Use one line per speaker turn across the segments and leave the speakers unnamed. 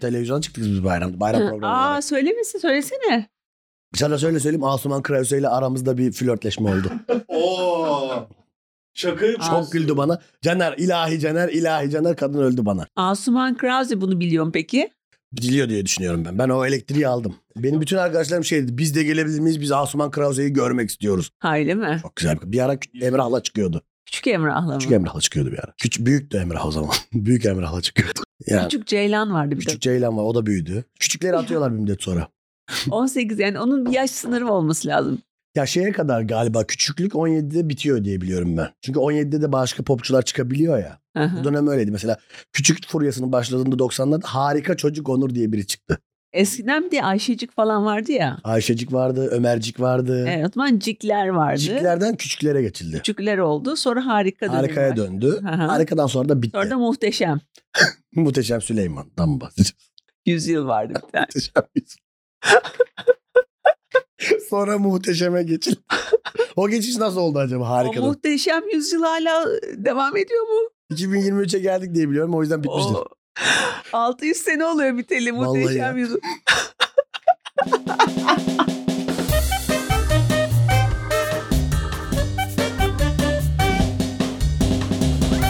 televizyona çıktık biz bayramda. Bayram programı
Aa
olarak.
söylemesin söylesene.
Sana söyle söyleyeyim Asuman Krause ile aramızda bir flörtleşme oldu.
Oo. Şakayı
Çok güldü bana. Caner ilahi Caner ilahi Caner kadın öldü bana.
Asuman Krause bunu biliyor mu peki?
Diliyor diye düşünüyorum ben. Ben o elektriği aldım. Benim bütün arkadaşlarım şey dedi. Biz de gelebilir miyiz? Biz Asuman Krause'yi görmek istiyoruz.
Ha öyle mi?
Çok güzel. Bir, bir ara Emrah'la çıkıyordu.
Küçük Emrah'la mı?
Küçük Emrah'la çıkıyordu bir ara. Küçük, büyük de Emrah o zaman. büyük Emrah'la çıkıyordu. Yani
Küçük Ceylan vardı bir de.
küçük Ceylan var. O da büyüdü. Küçükleri atıyorlar bir müddet sonra.
18 yani onun bir yaş sınırı olması lazım.
Ya şeye kadar galiba küçüklük 17'de bitiyor diye biliyorum ben. Çünkü 17'de de başka popçular çıkabiliyor ya.
Hı hı.
Bu dönem öyleydi. Mesela küçük furyasının başladığında 90'larda harika çocuk Onur diye biri çıktı.
Eskiden bir de Ayşecik falan vardı ya.
Ayşecik vardı, Ömercik vardı.
Evet, o zaman Cikler vardı.
Küçüklerden küçüklere geçildi.
Küçükler oldu. Sonra harika dönemi
Harikaya
var.
döndü.
Hı hı.
Harikadan sonra da bitti.
Sonra da muhteşem.
Muhteşem Süleyman'dan mı bahsedeceğiz?
Yüzyıl vardı bir tane.
Muhteşem yüz. sonra muhteşeme geçildi. o geçiş nasıl oldu acaba
O
harikadan?
muhteşem yüzyıl hala devam ediyor mu?
2023'e geldik diye biliyorum o yüzden bitmiştir.
O 600 sene oluyor biteli
Vallahi
muhteşem
ya.
yüzyıl.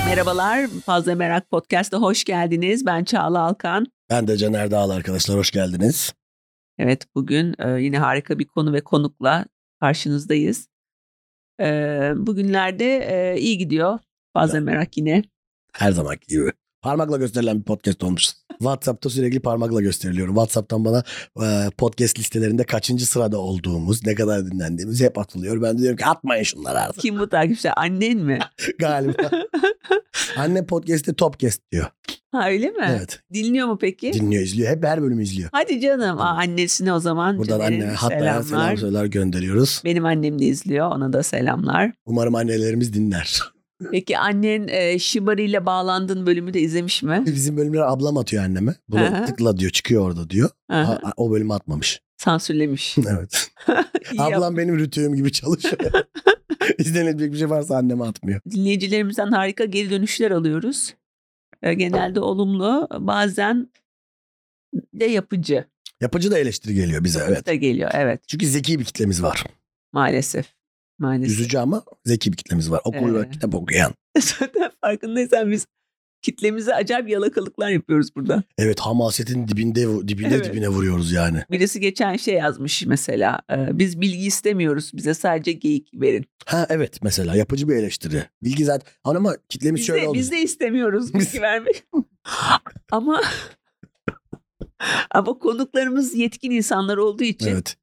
Merhabalar, Fazla Merak Podcast'a hoş geldiniz. Ben Çağla Alkan.
Ben de Caner Dağlı arkadaşlar hoş geldiniz.
Evet bugün e, yine harika bir konu ve konukla karşınızdayız. E, bugünlerde e, iyi gidiyor. Fazla merak yine.
Her zaman gibi. Parmakla gösterilen bir podcast olmuş. WhatsApp'ta sürekli parmakla gösteriliyorum. WhatsApp'tan bana e, podcast listelerinde kaçıncı sırada olduğumuz, ne kadar dinlendiğimiz hep atılıyor. Ben de diyorum ki atmayın şunları artık
Kim bu takipçiler? Annen mi?
galiba. Anne podcast'te Topcast diyor.
Ha öyle mi?
Evet.
Dinliyor mu peki?
Dinliyor, izliyor. Hep her bölümü izliyor.
Hadi canım. Aa, annesine o zaman
Buradan
Caner'in
anne hatta selam söyler gönderiyoruz.
Benim annem de izliyor. Ona da selamlar.
Umarım annelerimiz dinler.
Peki annen e, Shibari ile bağlandın bölümü de izlemiş mi?
Bizim bölümleri ablam atıyor anneme. Bunu
Aha.
tıkla diyor çıkıyor orada diyor.
Hı hı.
A- a- o bölümü atmamış.
Sansürlemiş.
evet.
İyi yap-
Ablam benim rütüğüm gibi çalışıyor. İzlenecek bir şey varsa anneme atmıyor.
dinleyicilerimizden harika geri dönüşler alıyoruz. E, Genelde olumlu, bazen de yapıcı
Yapıcı da eleştiri geliyor bize evet.
da geliyor. Evet,
Çünkü zeki bir kitlemiz var.
maalesef. Maalesef.
Üzücü ama zeki bir kitlemiz var. Okuyor,
Evet.
kitap okuyan.
Zaten farkındaysan biz kitlemize acayip yalakalıklar yapıyoruz burada.
Evet hamasetin dibinde vu- dibine
Evet.
dibine vuruyoruz yani.
Birisi geçen şey yazmış mesela. e, Biz bilgi istemiyoruz. Bize sadece geyik verin.
Ha evet mesela yapıcı bir eleştiri. Bilgi zaten ama kitlemiz
Biz
şöyle
de,
oldu.
biz de istemiyoruz bilgi vermek. Ama ama konuklarımız yetkin insanlar olduğu için
Evet.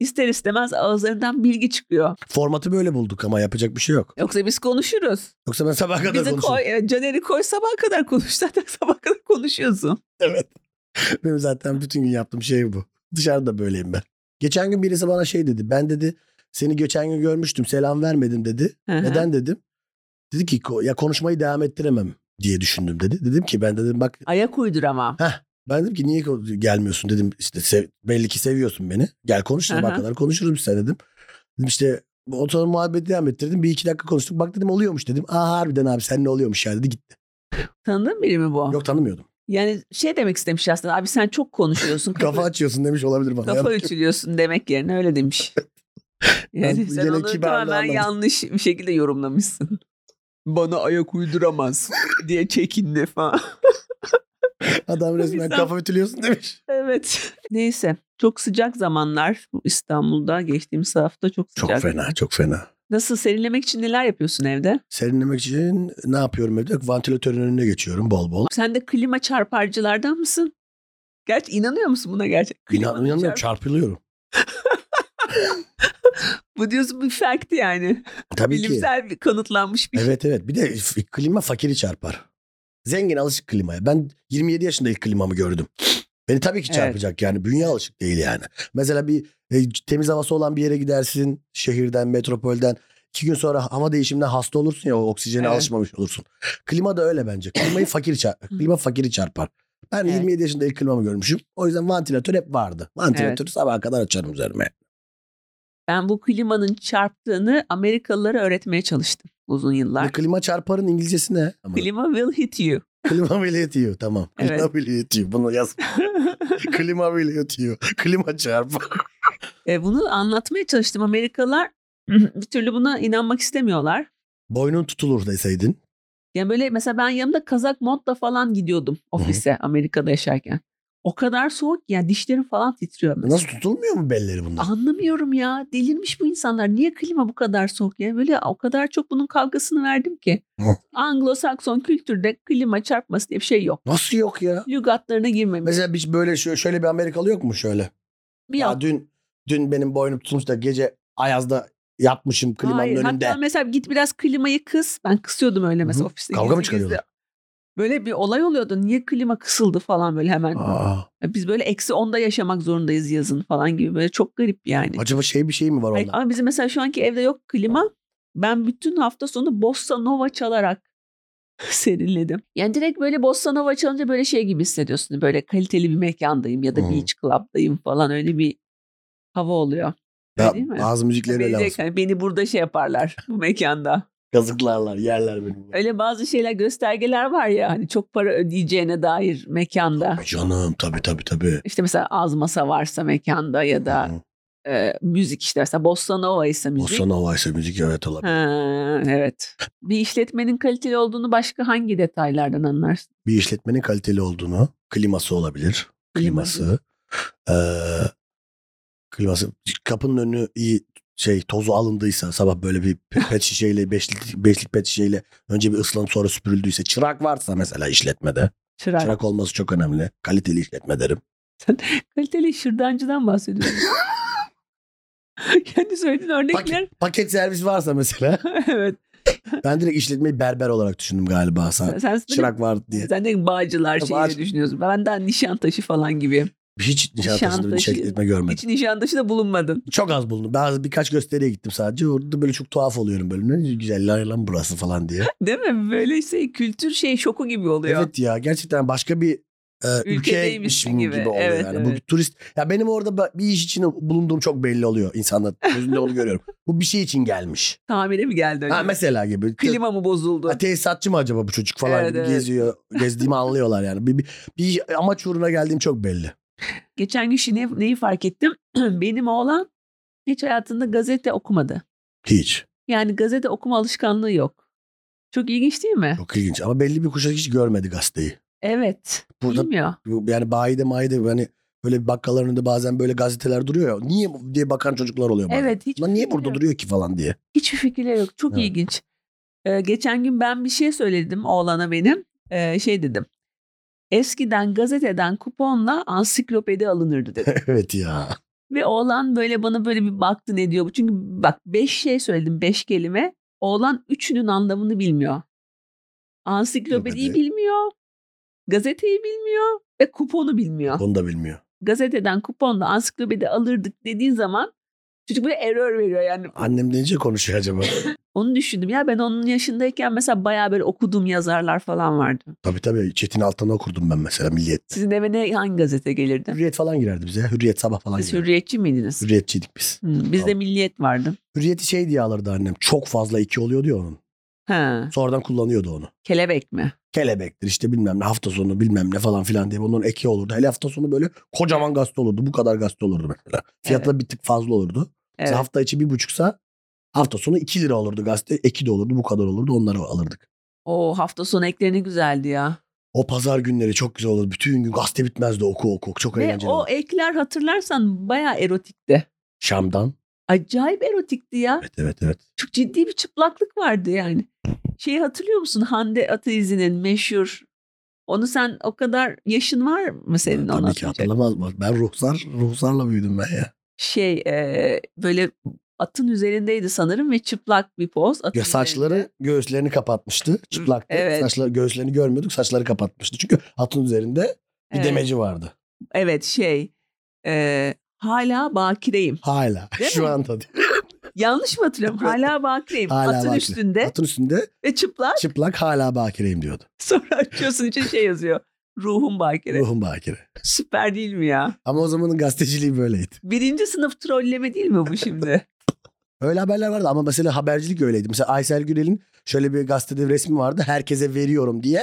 ister istemez ağızlarından bilgi çıkıyor.
Formatı böyle bulduk ama yapacak bir şey yok.
Yoksa biz konuşuruz.
Yoksa ben sabah kadar
Bizi
konuşurum.
koy, evet, Caner'i koy sabaha kadar konuş. Zaten sabaha kadar konuşuyorsun.
Evet. Benim zaten bütün gün yaptığım şey bu. Dışarıda böyleyim ben. Geçen gün birisi bana şey dedi. Ben dedi seni geçen gün görmüştüm selam vermedin dedi.
Hı hı.
Neden dedim. Dedi ki "Ko- ya konuşmayı devam ettiremem diye düşündüm dedi. Dedim ki ben dedim bak
Ayak uyduramam.
ben dedim ki niye ko- gelmiyorsun dedim işte sev- belli ki seviyorsun beni. Gel konuş
Hı
dedim
hı.
kadar konuşuruz biz seninle dedim. Dedim işte o sonra muhabbeti devam ettirdim. Bir iki dakika konuştuk. Bak dedim oluyormuş dedim. Aa harbiden abi sen ne oluyormuş ya dedi gitti.
Tanıdın biri mi bu?
Yok tanımıyordum.
Yani şey demek istemiş aslında. Abi sen çok konuşuyorsun.
Kafa açıyorsun demiş olabilir bana.
kafa ölçülüyorsun demek yerine öyle demiş.
Ben
Yani sen
gene
onu
kibarlı
tamamen
anladım.
yanlış bir şekilde yorumlamışsın. Bana ayak uyduramaz diye çekindi falan.
Adam resmen
Sen-
kafa ütülüyorsun demiş.
evet. Neyse çok sıcak zamanlar Bu İstanbul'da geçtiğimiz hafta çok
Çok
sıcak.
fena, çok fena.
Nasıl serinlemek için neler yapıyorsun evde?
Serinlemek için ne yapıyorum evde? Vantilatörün önüne geçiyorum bol bol.
Sen de klima çarparcılardan mısın? Gerçi inanıyor musun buna gerçek?
İnan,
Klimanın
inanmıyorum,
çarp-
çarpılıyorum.
Bu diyorsun bir fact yani.
Tabii ki.
Bilimsel bir kanıtlanmış bir şey.
Evet evet. Bir de f- klima fakiri çarpar. Zengin alışık klimaya. Ben 27 yaşında ilk klimamı gördüm. Beni tabii ki
Evet.
çarpacak yani. Bünye alışık değil yani. Mesela bir e, temiz havası olan bir yere gidersin. Şehirden, metropolden. İki gün sonra hava değişiminden hasta olursun ya. O oksijene
Evet.
alışmamış olursun. Klima da öyle bence. Klimayı fakir çarpar. Klima fakiri çarpar. Ben
Evet.
27 yaşında ilk klimamı görmüşüm. O yüzden vantilatör hep vardı. Vantilatörü sabaha kadar açarım üzerime.
Ben bu klimanın çarptığını Amerikalılara öğretmeye çalıştım uzun yıllar.
Klima çarparın İngilizcesi ne? Ama
Klima will hit you.
Klima bile yetiyor tamam. Klima
Evet.
bile yetiyor. Bunu yaz. Klima bile yetiyor. Klima çarpı.
E, bunu anlatmaya çalıştım. Amerikalılar bir türlü buna inanmak istemiyorlar.
Boynun tutulur deseydin.
Yani böyle mesela ben yanımda kazak montla falan gidiyordum ofise Amerika'da yaşarken. O kadar soğuk ki yani dişlerim falan titriyor. mesela.
E, Nasıl tutulmuyor mu belleri bunlar?
Anlamıyorum ya. Delirmiş bu insanlar. Niye klima bu kadar soğuk ya? Böyle o kadar çok bunun kavgasını verdim ki.
Hı.
Anglo-Sakson kültürde klima çarpması diye bir şey yok.
Nasıl yok ya?
Lügatlarına girmemiş.
Mesela hiç böyle şö- şöyle bir Amerikalı yok mu şöyle?
Bir
Ya dün dün benim boynum tutulmuş da gece ayazda yatmışım klimanın
Hayır,
önünde.
Hatta mesela git biraz klimayı kıs. Ben kısıyordum öyle mesela
Hı hı.
ofiste.
Kavga
gizli
mı
gizli.
çıkarıyordun?
Böyle bir olay oluyordu. Niye klima kısıldı falan böyle hemen.
Aa,
Biz böyle eksi onda yaşamak zorundayız yazın falan gibi. Böyle çok garip yani.
acaba şey bir şey mi var
Ay,
onda?
Ama bizim mesela şu anki evde yok klima. Ben bütün hafta sonu bossa nova çalarak serinledim. Yani direkt böyle bossa nova çalınca böyle şey gibi hissediyorsun. Böyle kaliteli bir mekandayım ya da
Hmm.
beach club'dayım falan öyle bir hava oluyor.
Ya,
değil mi?
Ağız müzikleri öyle
Beni,
alsın.
hani beni burada şey yaparlar bu mekanda.
Kazıklarlar, yerler beni.
Öyle bazı şeyler göstergeler var ya hani çok para ödeyeceğine dair mekanda.
Ay Canım tabii tabii tabii.
İşte mesela az masa varsa mekanda ya da
Hı.
e, müzik işte mesela bossa nova ise müzik.
Bossa Nova ise müzik evet olabilir.
Ha, evet. Bir işletmenin kaliteli olduğunu başka hangi detaylardan anlarsın?
Bir işletmenin kaliteli olduğunu, kliması olabilir. Kliması. Eee, kliması. Kapının önü iyi şey tozu alındıysa sabah böyle bir pe- pet şişeyle beşlik, beşlik pet şişeyle önce bir ıslanıp sonra süpürüldüyse çırak varsa mesela işletmede
Çırak.
çırak olması çok önemli kaliteli işletme derim.
Kaliteli şırdancıdan bahsediyorum. Kendi söylediğin örnekler.
Paket, paket servis varsa mesela
evet.
ben direkt işletmeyi berber olarak düşündüm galiba sen.
Sen Çırak
Çırak var diye.
Sen de bağcılar
Bağcı-
şeyleri düşünüyorsun. Ben daha nişantaşı falan gibi.
Hiç nişantasında bir
Nişantaşı.
işletme görmedim.
Hiç nişantaşıda bulunmadın.
Çok az bulundum. Bazı birkaç gösteriye gittim sadece. Orada böyle çok tuhaf oluyorum böyle. Ne güzel lan burası falan diye.
Değil mi? Böyle şey kültür şey şoku gibi oluyor.
Evet ya gerçekten başka bir e,
Ülkedeymişsin
ülkeymişim gibi,
gibi.
oluyor
Evet,
yani. Bu
evet.
turist ya benim orada ba- bir iş için bulunduğum çok belli oluyor insanların gözünde onu görüyorum. Bu bir şey için gelmiş.
Tamire mi geldi?
Ha
acaba?
mesela gibi. Te-
Klima mı bozuldu?
ha, tesisatçı mı acaba bu çocuk falan
Evet,
gibi
evet.
geziyor. Gezdiğimi anlıyorlar yani. Bir, bir, bir amaç uğruna geldiğim çok belli.
Geçen gün şey ne- neyi fark ettim? Benim oğlan hiç hayatında gazete okumadı.
Hiç.
Yani gazete okuma alışkanlığı yok. Çok ilginç değil mi?
Çok ilginç ama belli bir kuşak hiç görmedi gazeteyi.
Evet.
Burada
Bilmiyor.
Bu- yani bayide mayide hani böyle bir bakkalların önünde bazen böyle gazeteler duruyor ya. Niye bu- diye bakan çocuklar oluyor bazen.
Evet. Hiç
Lan niye burada duruyor ki falan diye.
Hiçbir fikirleri yok. Çok
Evet.
ilginç. Ee, geçen gün ben bir şey söyledim oğlana benim. Ee, şey dedim. Eskiden gazeteden kuponla ansiklopedi alınırdı dedim.
evet ya.
Ve oğlan böyle bana böyle bir baktı ne diyor bu. Çünkü bak beş şey söyledim beş kelime. Oğlan üçünün anlamını bilmiyor. Ansiklopediyi
Ansiklopedi.
bilmiyor. Gazeteyi bilmiyor ve kuponu bilmiyor.
Onu da bilmiyor.
Gazeteden kuponla ansiklopedi alırdık dediğin zaman çocuk böyle error veriyor yani.
Annem deyince konuşuyor acaba.
Onu düşündüm ya ben onun yaşındayken mesela bayağı böyle okuduğum yazarlar falan vardı.
tabii tabii Çetin Altan'ı okurdum ben mesela Milliyet.
Sizin eve ne hangi gazete gelirdi?
Hürriyet falan girerdi bize. Hürriyet sabah falan
Siz
girerdi.
hürriyetçi miydiniz?
Hürriyetçiydik biz.
Hı, bizde milliyet vardı.
Hürriyeti şey diye alırdı annem. Çok fazla iki oluyor diyor onun.
Ha,
Sonradan kullanıyordu onu.
kelebek mi?
Kelebektir işte bilmem ne hafta sonu bilmem ne falan filan diye bunun eki olurdu. Hele hafta sonu böyle kocaman gazete olurdu. Bu kadar gazete olurdu mesela. Fiyatı da bir tık fazla olurdu.
Evet.
Mesela hafta içi bir buçuksa hafta sonu 2 lira olurdu gazete. Eki de olurdu bu kadar olurdu onları alırdık.
O Oh, hafta sonu eklerini güzeldi ya.
O pazar günleri çok güzel olurdu. Bütün gün gazete bitmezdi oku oku. oku. Çok
Ve
eğlenceli
o
olurdu.
ekler hatırlarsan bayağı erotikti.
Şam'dan.
Acayip erotikti ya.
Evet evet evet.
Çok ciddi bir çıplaklık vardı yani. Şeyi hatırlıyor musun Hande Ataizi'nin meşhur onu sen o kadar yaşın var mı senin
Ee, Tabii
ona
ki hatırlamaz mı? Ben ruhsar, ruhsarla büyüdüm ben ya.
Şey e, böyle atın üzerindeydi sanırım ve çıplak bir poz. Atın
Ya saçları
üzerinde.
göğüslerini kapatmıştı. Çıplaktı.
Evet.
Saçları, göğüslerini görmüyorduk. Saçları kapatmıştı. Çünkü atın üzerinde bir
Evet.
demeci vardı.
Evet şey e, hala bakireyim.
Hala.
Değil
Şu
mi?
anda. diyor.
Yanlış mı hatırlıyorum? Hala bakireyim.
Hala
atın
bakire.
üstünde
Atın üstünde
ve çıplak.
çıplak hala bakireyim diyordu.
Sonra açıyorsun için şey yazıyor. Ruhum bakire.
Ruhum bakire.
Süper değil mi ya?
Ama o zamanın gazeteciliği böyleydi.
Birinci sınıf trolleme değil mi bu şimdi?
Öyle haberler vardı ama mesela habercilik öyleydi. Mesela Aysel Gürel'in şöyle bir gazetede bir resmi vardı. Herkese veriyorum diye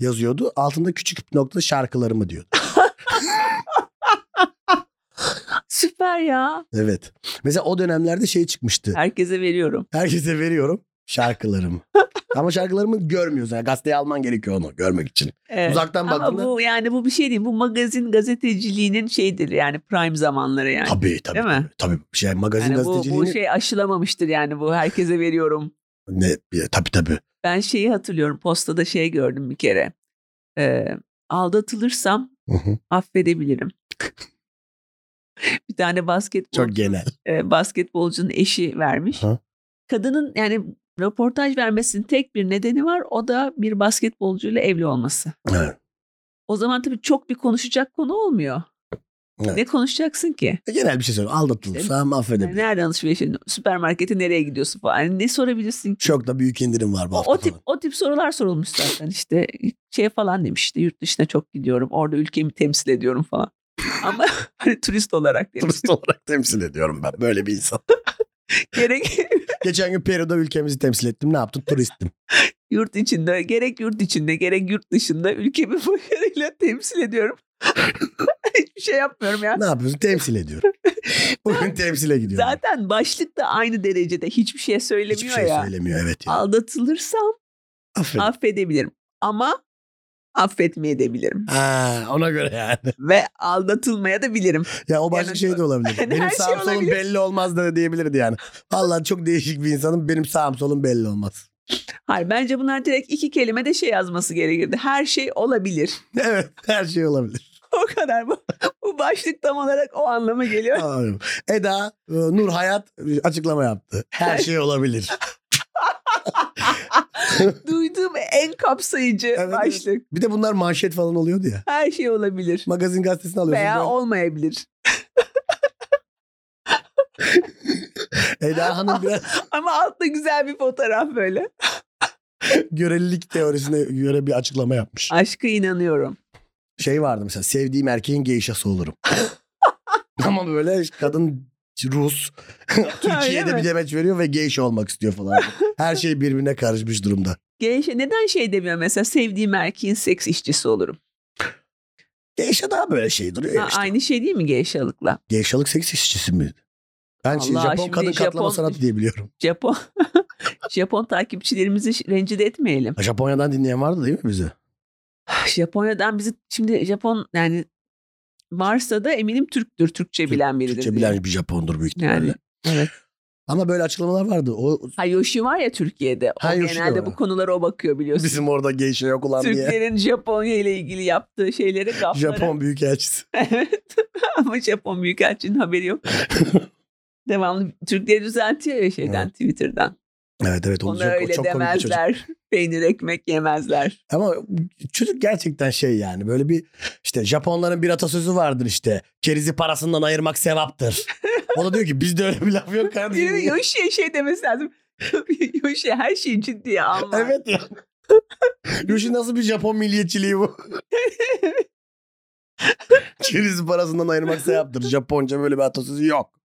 yazıyordu. Altında küçük nokta şarkılarımı diyordu.
Süper ya.
Evet. Mesela o dönemlerde şey çıkmıştı.
Herkese veriyorum.
Herkese veriyorum şarkılarımı. Ama şarkılarımı görmüyorsun. Yani gazeteye alman gerekiyor onu görmek için.
Evet.
Uzaktan
Ama
baktığında
bu yani bu bir şey değil. Bu magazin gazeteciliğinin şeyidir yani prime zamanları yani.
tabii tabii.
Değil mi?
Tabii şey magazin
Yani bu,
gazeteciliğini
bu şey aşılamamıştır yani bu herkese veriyorum.
ne ya, tabii tabii.
Ben şeyi hatırlıyorum postada şey gördüm bir kere. Ee, aldatılırsam
Hı hı.
affedebilirim. bir tane basketbol,
Çok genel.
e, basketbolcunun eşi vermiş.
Aha.
Kadının yani röportaj vermesinin tek bir nedeni var. O da bir basketbolcuyla evli olması.
Evet.
O zaman tabii çok bir konuşacak konu olmuyor.
Evet.
Ne konuşacaksın ki?
Genel bir şey söyle. Aldatılırsam
Yani
affedebilirim.
nereden alışveriş ediyorsun? Süpermarkete nereye gidiyorsun falan. Yani ne sorabilirsin ki?
Çok da büyük indirim var bu
O,
hafta
o tip
falan.
o tip sorular sorulmuş zaten işte şey falan demişti yurt dışına çok gidiyorum orada ülkemi temsil ediyorum falan. Ama hani turist olarak demiş.
Turist olarak temsil ediyorum ben. Böyle bir insan.
gerek
Geçen gün Peru'da ülkemizi temsil ettim. Ne yaptım? Turistim.
yurt içinde gerek yurt içinde gerek yurt dışında ülkemi başarıyla temsil ediyorum. Hiçbir şey yapmıyorum ya.
Ne yapıyorsun? Temsil ediyorum. Bugün temsile gidiyorum.
Zaten başlık da aynı derecede hiçbir şey söylemiyor
Hiçbir şey
ya.
söylemiyor. Evet. Ya.
Aldatılırsam
Aferin.
affedebilirim ama affetmeyebilirim
Ha, ona göre yani.
ve aldatılmaya da bilirim.
Ya o başka
Yani-
şey de olabilir.
Yani
benim
her şey
sağım solum
olabilir.
belli olmaz da diyebilirdi yani. Vallahi çok değişik bir insanım. Benim sağım solum belli olmaz.
Hayır bence bunlar direkt iki kelime de şey yazması gerekirdi. Her şey olabilir.
Evet. Her şey olabilir.
O kadar bu. Bu başlık tam olarak o anlama geliyor.
Anladım. Eda e, Nur Hayat e, açıklama yaptı. Her şey olabilir.
Duyduğum en kapsayıcı
evet.
başlık.
Bir de bunlar manşet falan oluyordu ya.
Her şey olabilir.
Magazin gazetesini alıyorsun.
Veya
böyle,
olmayabilir.
Eda Hanım biraz
Ama altta güzel bir fotoğraf böyle.
görelilik teorisine göre bir açıklama yapmış.
Aşka inanıyorum.
şey vardı mesela sevdiğim erkeğin geyşası olurum. Ama böyle işte kadın Rus Türkiye'de
mi?
bir demeç veriyor ve geyşe olmak istiyor falan. Her şey birbirine karışmış durumda.
Geyşe neden şey demiyor mesela sevdiğim erkeğin seks işçisi olurum.
Geyşe daha böyle şey duruyor ya
Ha,
işte.
Aynı şey değil mi geyşalıkla?
Geyşalık seks işçisi mi? Ben şey,
Allah,
Japon
şimdi
kadın katlama
Japon-
sanatı diye biliyorum.
Japon Japon takipçilerimizi rencide etmeyelim.
Ha, Japonya'dan dinleyen vardı değil mi bize?
Japonya'dan bizi şimdi Japon yani varsa da eminim Türktür. Türkçe
Türk-
bilen biridir.
Türkçe
diye.
bilen bir Japondur büyük ihtimalle.
Yani, evet.
Ama böyle açıklamalar vardı. O
Ha Yoshi var ya Türkiye'de. O
Ha, Yoshi de
genelde
var.
bu konulara o bakıyor biliyorsun.
bizim orada geyşe yok ulan diye.
Türklerin Japonya ile ilgili yaptığı şeyleri gafları.
Japon büyükelçisi.
Evet. Ama Japon Büyükelçinin haberi yok. Devamlı Türkleri düzeltiyor ya şeyden Twitter'dan.
Evet evet. onu
Ona
çok-
öyle
çok komik bir çocuk.
demezler. Peynir ekmek yemezler.
Ama çocuk gerçekten şey yani böyle bir işte Japonların bir atasözü vardır işte. Kerizi parasından ayırmak sevaptır. O da diyor ki bizde öyle bir laf yok
Birinin
kardeşim.
Yoshi'ye şey demesi lazım. Yoshi her şeyi ciddiye alma.
evet ya. Yoshi nasıl bir Japon milliyetçiliği bu? Kerizi parasından ayırmak sevaptır. Japonca böyle bir atasözü yok.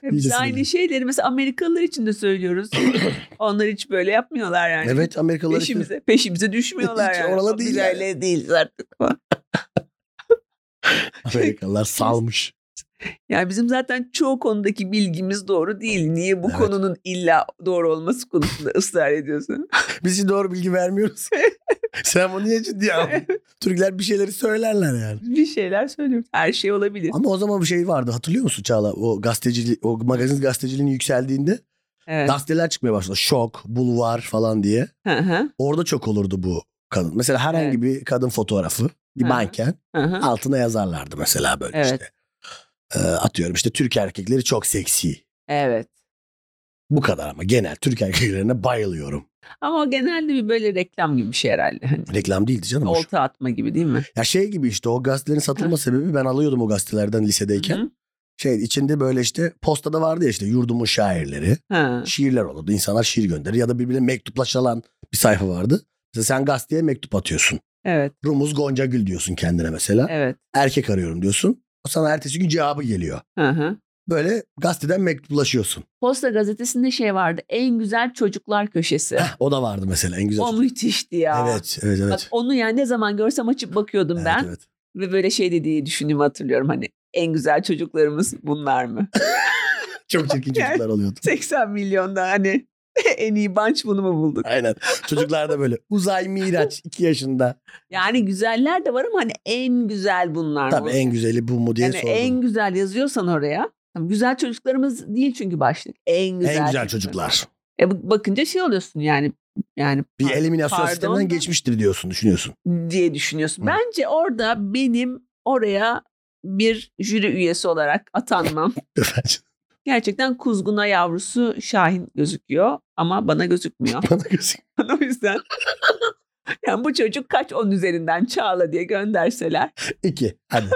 Hep
İyice
aynı
sinirli.
şeyleri mesela Amerikalılar için de söylüyoruz. Onlar hiç böyle yapmıyorlar yani.
Evet Amerikalılar işte-
Peşimize, peşimize düşmüyorlar
Hiç
yani.
oralı
O
değil
biz
yani.
öyle değiliz artık.
Amerikalılar salmış.
Yani bizim zaten çoğu konudaki bilgimiz doğru değil. Niye bu
Evet.
konunun illa doğru olması konusunda ısrar ediyorsun?
Biz hiç doğru bilgi vermiyoruz. Sen bunu niye ciddiye aldın? Türkler bir şeyleri söylerler yani.
bir şeyler söylüyorum. Her şey olabilir.
Ama o zaman bir şey vardı hatırlıyor musun Çağla? O gazetecili, o magazin gazeteciliğinin yükseldiğinde
Evet.
gazeteler çıkmaya başladı. Şok, bulvar falan diye.
Hı hı,
Orada çok olurdu bu kadın. Mesela herhangi
Evet.
bir kadın fotoğrafı, bir
Hı.
manken
hı hı.
altına yazarlardı mesela böyle
Evet.
işte. Ee, atıyorum işte Türk erkekleri çok seksi.
evet.
Bu kadar ama genel Türk erkeklerine bayılıyorum.
Ama o genelde bir böyle reklam gibi bir şey herhalde. Hani
Reklam değildi canım. o.
olta atma gibi değil mi?
Ya şey gibi işte o gazetelerin satılma sebebi ben alıyordum o gazetelerden lisedeyken.
Hı hı.
Şey içinde böyle işte postada vardı ya işte yurdumun şairleri.
Ha.
şiirler olurdu. İnsanlar şiir gönderir ya da birbirine mektuplaşılan bir sayfa vardı. Mesela sen gazeteye mektup atıyorsun.
Evet,
Rumuz Gonca Gül diyorsun kendine mesela.
evet.
Erkek arıyorum diyorsun. Sana ertesi gün cevabı geliyor.
Hı hı.
Böyle gazeteden mektuplaşıyorsun.
Posta gazetesinde şey vardı. En güzel çocuklar köşesi.
O da vardı mesela en güzel.
o müthişti ya.
Evet, evet, evet.
Bak onu yani ne zaman görsem açıp bakıyordum
Evet,
ben.
evet.
Ve böyle şey de diye düşündüğümü hatırlıyorum hani en güzel çocuklarımız bunlar mı?
Çok çirkin çocuklar oluyordu.
80 milyonda hani en iyi bunch bunu mu bulduk?
Aynen. Çocuklar da böyle uzay miraç 2 yaşında.
Yani güzeller de var ama hani en güzel bunlar
Tabii
mı?
en güzeli bu mu diye
yani
sordum.
en güzel yazıyorsan oraya. Tamam, güzel çocuklarımız değil çünkü başlık. En güzel,
En güzel çocuklar.
E bu- bakınca şey oluyorsun yani yani
Bir
par-
eliminasyon
pardon da-
sisteminden geçmiştir diyorsun, düşünüyorsun.
diye düşünüyorsun.
Hı.
Bence orada benim oraya bir jüri üyesi olarak atanmam gerçekten kuzguna yavrusu Şahin gözüküyor ama bana gözükmüyor.
Bana gözüküyor.
o yüzden yani bu çocuk kaç on üzerinden Çağla diye gönderseler
İki. Hadi.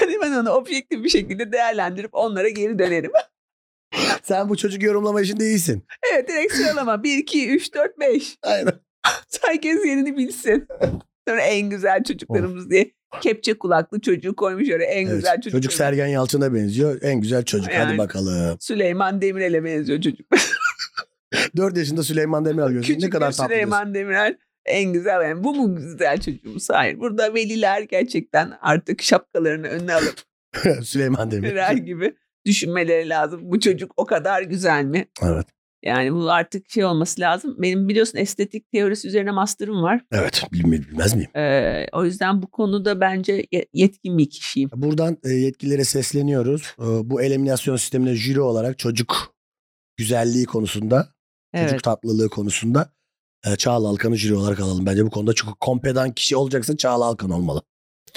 yani ben onu objektif bir şekilde değerlendirip onlara geri dönerim.
Sen bu çocuk yorumlama işinde iyisin.
Evet direkt sıralama 1, 2, 3, 4, 5
Aynen.
herkes yerini bilsin. Sonra en güzel çocuklarımız diye kepçe kulaklı çocuğu koymuş oraya en
Evet.
güzel
Çocuk
çocuklarımız.
Sergen Yalçın'a benziyor. En güzel çocuk. Hadi
Yani.
bakalım.
Süleyman Demirel'e benziyor çocuk.
4 yaşında Süleyman Demirel gözüküyor. Ne
Küçük
kadar
bir
tatlı. diyorsun.
Süleyman Demirel en güzel. Yani bu mu güzel çocuğumuz? Hayır. Burada veliler gerçekten artık şapkalarını önüne alıp
Süleyman
Demirel
Demirel.
gibi düşünmeleri lazım. Bu çocuk o kadar güzel mi?
Evet.
Yani bu artık şey olması lazım. Benim biliyorsun estetik teorisi üzerine master'ım var.
Evet. Bilmez, bilmez miyim?
Ee, o yüzden bu konuda bence ye- yetkin bir kişiyim.
Buradan e, yetkililere sesleniyoruz. E, Bu eliminasyon sistemine jüri olarak çocuk güzelliği konusunda,
Evet.
çocuk tatlılığı konusunda e, Çağla Alkan'ı jüri olarak alalım. Bence bu konuda çok kompedan kişi olacaksa Çağla Alkan olmalı.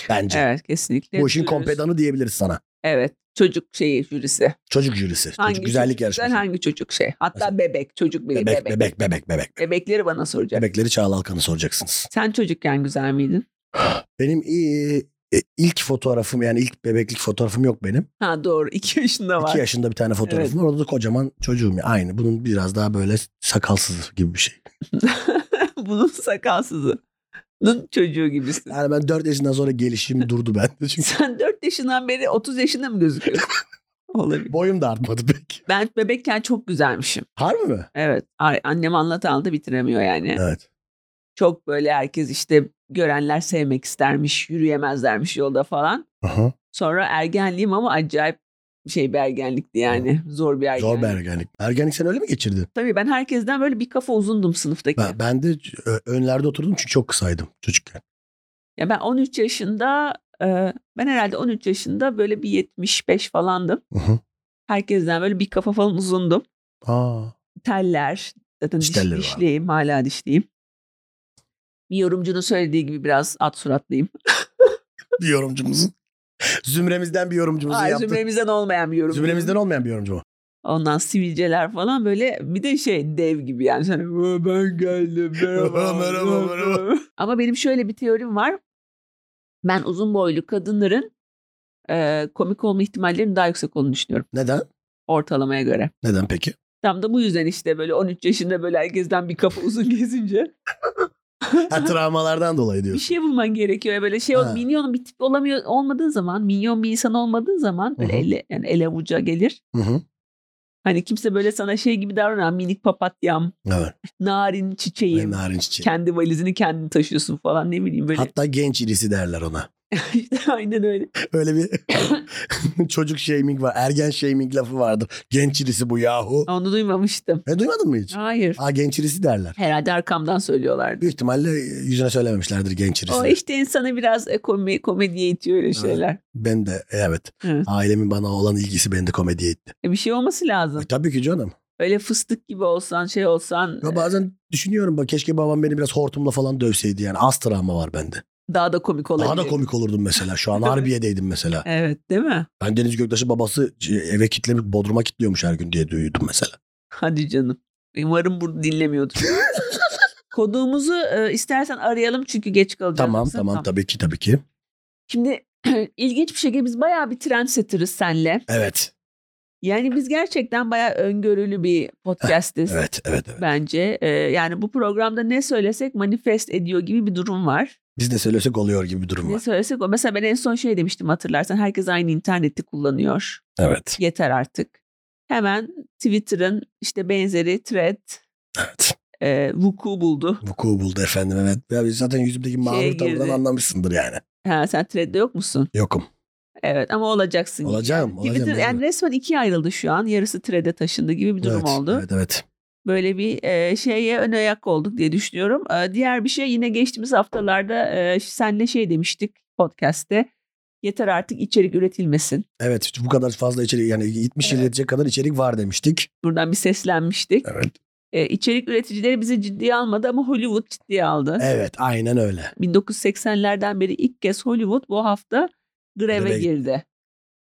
Bence.
Evet kesinlikle.
Bu işin
Jürisi-
kompedanı diyebiliriz sana.
Evet. Çocuk şeyi jürisi.
Çocuk jürisi.
Hangi
çocuk güzellik
çocuk
yarışması.
Güzel, hangi çocuk şey? Hatta
Mesela-
bebek. Çocuk bile
bebek,
bebek.
bebek, bebek, bebek.
Bebekleri bana soracak.
Bebekleri Çağla Alkan'ı soracaksınız.
Sen çocukken güzel miydin?
Benim e, e, ilk fotoğrafım yani ilk bebeklik fotoğrafım yok benim.
Ha doğru. 2 yaşında var.
İki yaşında bir tane fotoğrafım
Evet.
var. Orada da kocaman çocuğum. ya. Aynı. Bunun biraz daha böyle sakalsız gibi bir şey.
Bunun sakalsızının çocuğu gibisin.
Yani ben 4 yaşından sonra gelişim durdu bende. Çünkü
Sen 4 yaşından beri 30 yaşında mı gözüküyorsun? Olabilir.
boyum da artmadı pek.
Ben bebekken çok güzelmişim.
Harbi mi?
Evet. Ay- Annem anlatan da bitiremiyor yani.
Evet.
Çok böyle herkes işte görenler sevmek istermiş, yürüyemezlermiş yolda falan.
Aha.
Sonra ergenliğim ama acayip şey bir ergenlikti yani. Zor bir ergenlik.
Zor bir ergenlik. Ergenlik sen öyle mi geçirdin?
Tabii ben herkesten böyle bir kafa uzundum sınıftaki.
Ben, ben de ö- önlerde oturdum çünkü çok kısaydım çocukken.
Ya ben 13 yaşında e, ben herhalde 13 yaşında böyle bir 75 falandım.
Hı hı.
Herkesten böyle bir kafa falan uzundum.
Aa.
Teller zaten
Diş
diş,
telleri var.
dişliyim hala dişliyim. Bir yorumcunun söylediği gibi biraz at suratlıyım.
Bir yorumcumuzun. Zümremizden bir yorumcumuzu
Ay,
yaptık.
zümremizden olmayan bir yorumcu.
Zümremizden olmayan bir yorumcu mu?
Ondan sivilceler falan böyle bir de şey dev gibi yani. Sen, "Aa, ben geldim merhaba.
Merhaba, merhaba.
Ama benim şöyle bir teorim var. Ben uzun boylu kadınların e, komik olma ihtimallerinin daha yüksek olduğunu düşünüyorum.
Neden?
ortalamaya göre.
Neden peki?
Tam da bu yüzden işte böyle 13 yaşında böyle herkesten bir kafa uzun gezince
Ha, travmalardan dolayı
bir
diyorsun.
şey bulman gerekiyor. Ya Böyle şey ol,
Ha.
minyon bir tip olamıyor olmadığı zaman, minyon bir insan olmadığı zaman böyle
Hı hı.
ele, yani ele avuca gelir.
Hı hı. Hani
Hani kimse böyle sana şey gibi davranan minik papatyam,
Evet.
narin
Ve
çiçeğim,
narin çiçeği.
kendi valizini kendin taşıyorsun falan ne bileyim böyle.
Hatta genç irisi derler ona.
İşte Aynen öyle.
Öyle bir çocuk shaming var. Ergen shaming lafı vardır. Genç irisi bu yahu.
Onu duymamıştım.
E, duymadın mı hiç?
Hayır.
Aa genç irisi derler.
Herhalde arkamdan söylüyorlardı.
Büyük ihtimalle yüzüne söylememişlerdir genç irisi.
O işte insana biraz e, komi, komediye itiyor öyle
Evet.
şeyler.
Ben de evet.
Evet.
Ailemin bana olan ilgisi beni de komediye itti.
E, bir şey olması lazım.
E, tabii ki canım.
Öyle fıstık gibi olsan şey olsan
Ya bazen düşünüyorum bak keşke babam beni biraz hortumla falan dövseydi yani az travma var bende.
daha da komik olabilir.
Daha da komik olurdum mesela. Şu an
Tabii.
Harbiye'deydim mesela.
Evet değil mi?
Ben Deniz Göktaş'ın babası eve kitlemiş, Bodrum'a kitliyormuş her gün diye duydum mesela.
Hadi canım. Umarım burada dinlemiyordur. Konuğumuzu e, istersen arayalım çünkü geç kalacağız.
Tamam
yoksa.
tamam tabii ki tabii ki.
Şimdi ilginç bir şekilde biz bayağı bir trendsetteriz senle.
Evet.
Yani biz gerçekten bayağı öngörülü bir podcastiz
Evet, evet, evet.
bence. Ee, yani bu programda ne söylesek manifest ediyor gibi bir durum var.
Biz de söylesek oluyor gibi bir durum
Ne
var.
söylesek o. Mesela ben en son şey demiştim hatırlarsan. Herkes aynı interneti kullanıyor.
Evet,
Yeter artık. Hemen Twitter'ın işte benzeri thread
evet.
e, vuku buldu.
Vuku buldu efendim evet. Ya biz zaten yüzümdeki mağrur
Şeye
tavırdan
girdi.
anlamışsındır yani.
Ha, sen threadde yok musun?
Yokum.
Evet ama olacaksın.
Olacağım,
Twitter
olacağım.
yani resmen ikiye ayrıldı şu an. Yarısı thread'e taşındı gibi bir durum
evet,
oldu.
Evet, evet.
böyle bir e, şeye ön ayak olduk diye düşünüyorum. E, diğer bir şey yine geçtiğimiz haftalarda e, senle şey demiştik podcast'te. Yeter artık içerik üretilmesin.
Evet, işte bu kadar fazla içerik yani 70 yıl
Evet.
yetecek kadar içerik var demiştik.
Buradan bir seslenmiştik.
Evet.
E, içerik üreticileri bizi ciddiye almadı ama Hollywood ciddiye aldı.
Evet, aynen öyle.
1980'lerden beri ilk kez Hollywood bu hafta greve
Greve gitti.
girdi.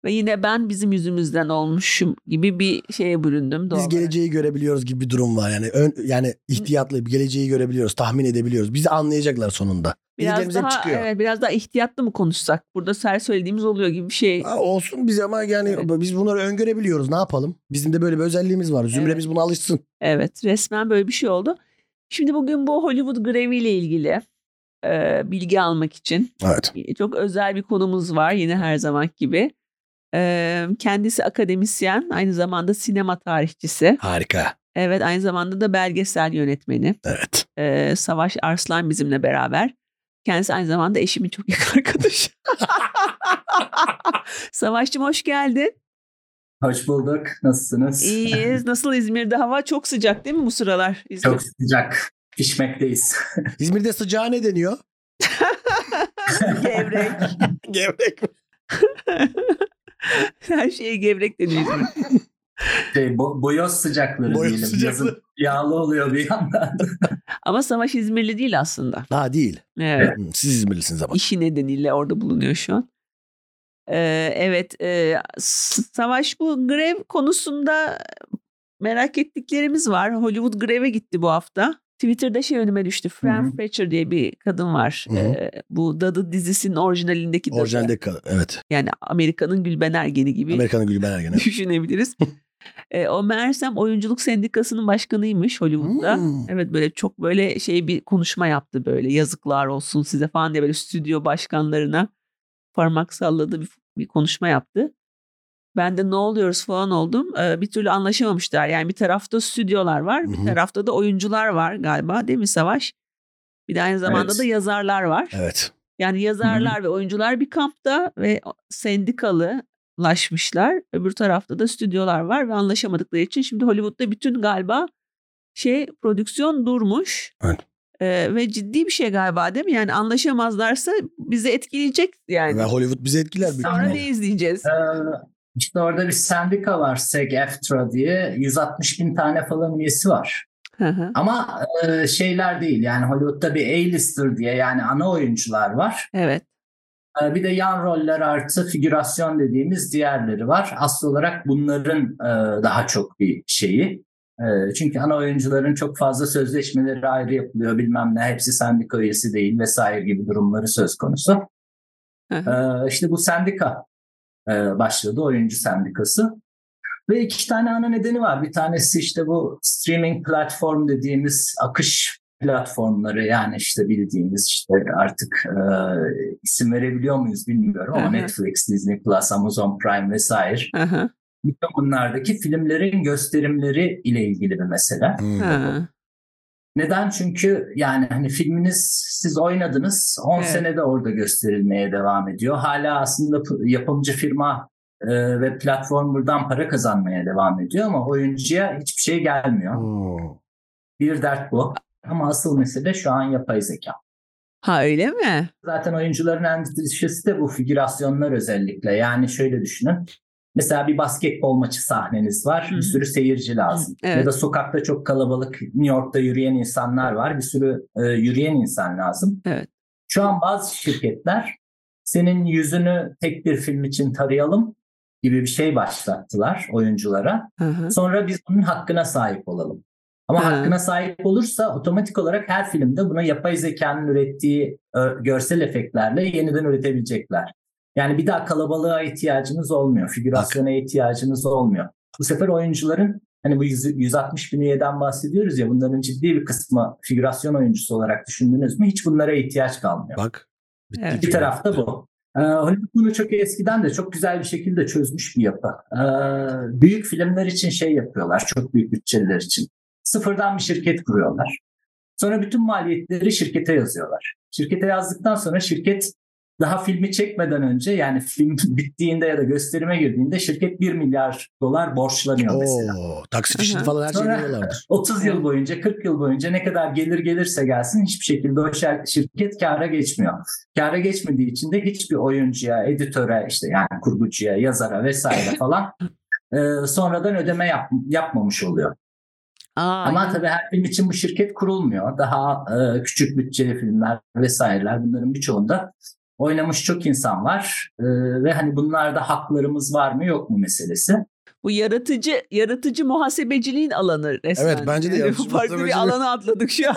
Ve yine ben bizim yüzümüzden olmuşum gibi bir şeye büründüm. doğal
Biz
olarak.
geleceği görebiliyoruz gibi bir durum var. Yani ön, yani ihtiyatlı bir geleceği görebiliyoruz, tahmin edebiliyoruz. Bizi anlayacaklar sonunda.
biraz
Bildiklerimiz hep
daha,
çıkıyor.
evet, biraz daha ihtiyatlı mı konuşsak? Burada her söylediğimiz oluyor gibi bir şey.
Ha, olsun biz ama yani
Evet.
biz bunları öngörebiliyoruz. Ne yapalım? Bizim de böyle bir özelliğimiz var. Zümremiz buna alışsın.
Evet resmen böyle bir şey oldu. Şimdi bugün bu Hollywood greviyle ilgili e, bilgi almak için e,
Evet.
çok özel bir konumuz var yine her zaman gibi. E, kendisi akademisyen aynı zamanda sinema tarihçisi.
Harika.
Evet aynı zamanda da belgesel yönetmeni.
Evet.
E, Savaş Arslan bizimle beraber. Kendisi aynı zamanda eşimin çok yakın arkadaşı. Savaş'cığım hoş geldin.
Hoş bulduk. Nasılsınız?
İyiyiz. Nasıl İzmir'de hava? Çok sıcak değil mi bu sıralar? İzmir?
Çok sıcak. Pişmekteyiz.
İzmir'de sıcağı ne deniyor?
Gevrek.
Gevrek.
Her şeye gevrek deniyor İzmir.
Şey, bo- boyoz sıcakları
Boyoz
diyelim.
sıcaklığı.
Yazın yağlı oluyor bir yandan.
Ama Savaş İzmirli değil aslında.
Ha değil.
Evet.
Hı, Siz İzmirlisiniz ama.
İşi nedeniyle orada bulunuyor şu an. Ee, evet. e, S- Savaş bu grev konusunda merak ettiklerimiz var. Hollywood greve gitti bu hafta. Twitter'da şey önüme düştü. Fran
Hı hı.
Fletcher diye bir kadın var.
Hı hı.
Ee, bu Dadı dizisinin orijinalindeki Dadı.
Orijinalde kal- evet.
Yani Amerika'nın Gülben Ergen'i gibi.
Amerikan'ın Gülben Ergen'e.
düşünebiliriz. e, o meğersem oyunculuk sendikasının başkanıymış Hollywood'da.
Hmm.
Evet böyle çok böyle şey bir konuşma yaptı böyle yazıklar olsun size falan diye böyle stüdyo başkanlarına parmak salladı bir, bir konuşma yaptı. Ben de ne oluyoruz falan oldum. E, bir türlü anlaşamamışlar. Yani bir tarafta stüdyolar var,
Hı
bir
hı.
tarafta da oyuncular var galiba değil mi Savaş? Bir de aynı zamanda
Evet.
da yazarlar var.
Evet.
Yani yazarlar ve oyuncular bir kampta ve sendikalılaşmışlar. Öbür tarafta da stüdyolar var ve anlaşamadıkları için şimdi Hollywood'da bütün galiba şey prodüksiyon durmuş.
Evet.
Ee, ve ciddi bir şey galiba değil mi? Yani anlaşamazlarsa bizi etkileyecek yani.
Ve Hollywood bizi etkiler. büyük
Sonra
ihtimalle.
ne izleyeceğiz?
Ee, işte orada bir sendika var SEG-EFTRA diye. 160 bin tane falan üyesi var.
Hı hı.
Ama e, şeyler değil. Yani Hollywood'da bir A-lister diye yani ana oyuncular var.
evet.
Ee, Bir de yan roller artı figürasyon dediğimiz diğerleri var. Asıl olarak bunların e, daha çok bir şeyi. E, Çünkü ana oyuncuların çok fazla sözleşmeleri ayrı yapılıyor bilmem ne. Hepsi sendika üyesi değil vesaire gibi durumları söz konusu.
Hı hı.
Ee, İşte bu sendika e, başladı, oyuncu sendikası. Ve iki tane ana nedeni var. Bir tanesi işte bu streaming platform dediğimiz akış platformları yani işte bildiğimiz işte artık e, isim verebiliyor muyuz bilmiyorum
Hı
ama
hı.
Netflix, Disney Plus, Amazon Prime vesaire.
Hı hı.
Bütün bunlardaki filmlerin gösterimleri ile ilgili bir mesele.
Hmm.
Hı.
Neden? Çünkü yani hani filminiz siz oynadınız 10
Evet.
senede orada gösterilmeye devam ediyor. Hala aslında p- yapımcı firma e, ve platform buradan para kazanmaya devam ediyor ama oyuncuya hiçbir şey gelmiyor.
Hmm.
Bir dert bu. Ama asıl mesele şu an yapay zeka.
Ha öyle mi?
Zaten oyuncuların endişesi de bu figürasyonlar özellikle. Yani şöyle düşünün. Mesela bir basketbol maçı sahneniz var.
Hı.
Bir sürü seyirci lazım.
Hı, evet.
Ya da sokakta çok kalabalık New York'ta yürüyen insanlar var. Bir sürü e, yürüyen insan lazım.
Evet.
Şu an bazı şirketler senin yüzünü tek bir film için tarayalım gibi bir şey başlattılar oyunculara.
Hı hı.
Sonra biz bunun hakkına sahip olalım. Ama
Ha.
hakkına sahip olursa otomatik olarak her filmde bunu yapay zekanın ürettiği ö, görsel efektlerle yeniden üretebilecekler. Yani bir daha kalabalığa ihtiyacınız olmuyor, figürasyona ihtiyacınız olmuyor. Bu sefer oyuncuların hani bu yüz- 160 bin üyeden bahsediyoruz ya bunların ciddi bir kısmı figürasyon oyuncusu olarak düşündünüz mü hiç bunlara ihtiyaç kalmıyor.
Bak. bitti
Evet.
Bir
işte.
tarafta bu. Ee, Hollywood bunu çok eskiden de çok güzel bir şekilde çözmüş bir yapı. Ee, büyük filmler için şey yapıyorlar, çok büyük bütçeler için. Sıfırdan bir şirket kuruyorlar. Sonra bütün maliyetleri şirkete yazıyorlar. Şirkete yazdıktan sonra şirket daha filmi çekmeden önce yani film bittiğinde ya da gösterime girdiğinde şirket 1 milyar dolar borçlanıyor mesela.
Oo, taksit işini
Aha.
falan her şeyi
Sonra-
biliyorlardır.
30 yıl boyunca, 40 yıl boyunca ne kadar gelir gelirse gelsin hiçbir şekilde o şer- şirket kâra geçmiyor. Kâra geçmediği için de hiçbir oyuncuya, editöre, işte yani kurgucuya, yazara vesaire falan e, sonradan ödeme yap- yapmamış oluyor.
Aa,
Ama tabii her film için bu şirket kurulmuyor. Daha e, küçük bütçeli filmler vesaireler bunların birçoğunda oynamış çok insan var E, ve hani bunlarda haklarımız var mı yok mu meselesi.
bu yaratıcı yaratıcı muhasebeciliğin alanı resmen.
Evet, bence de
Yani
yaratıcı
Farklı
muhasebeciliği-
bir alana atladık şu an.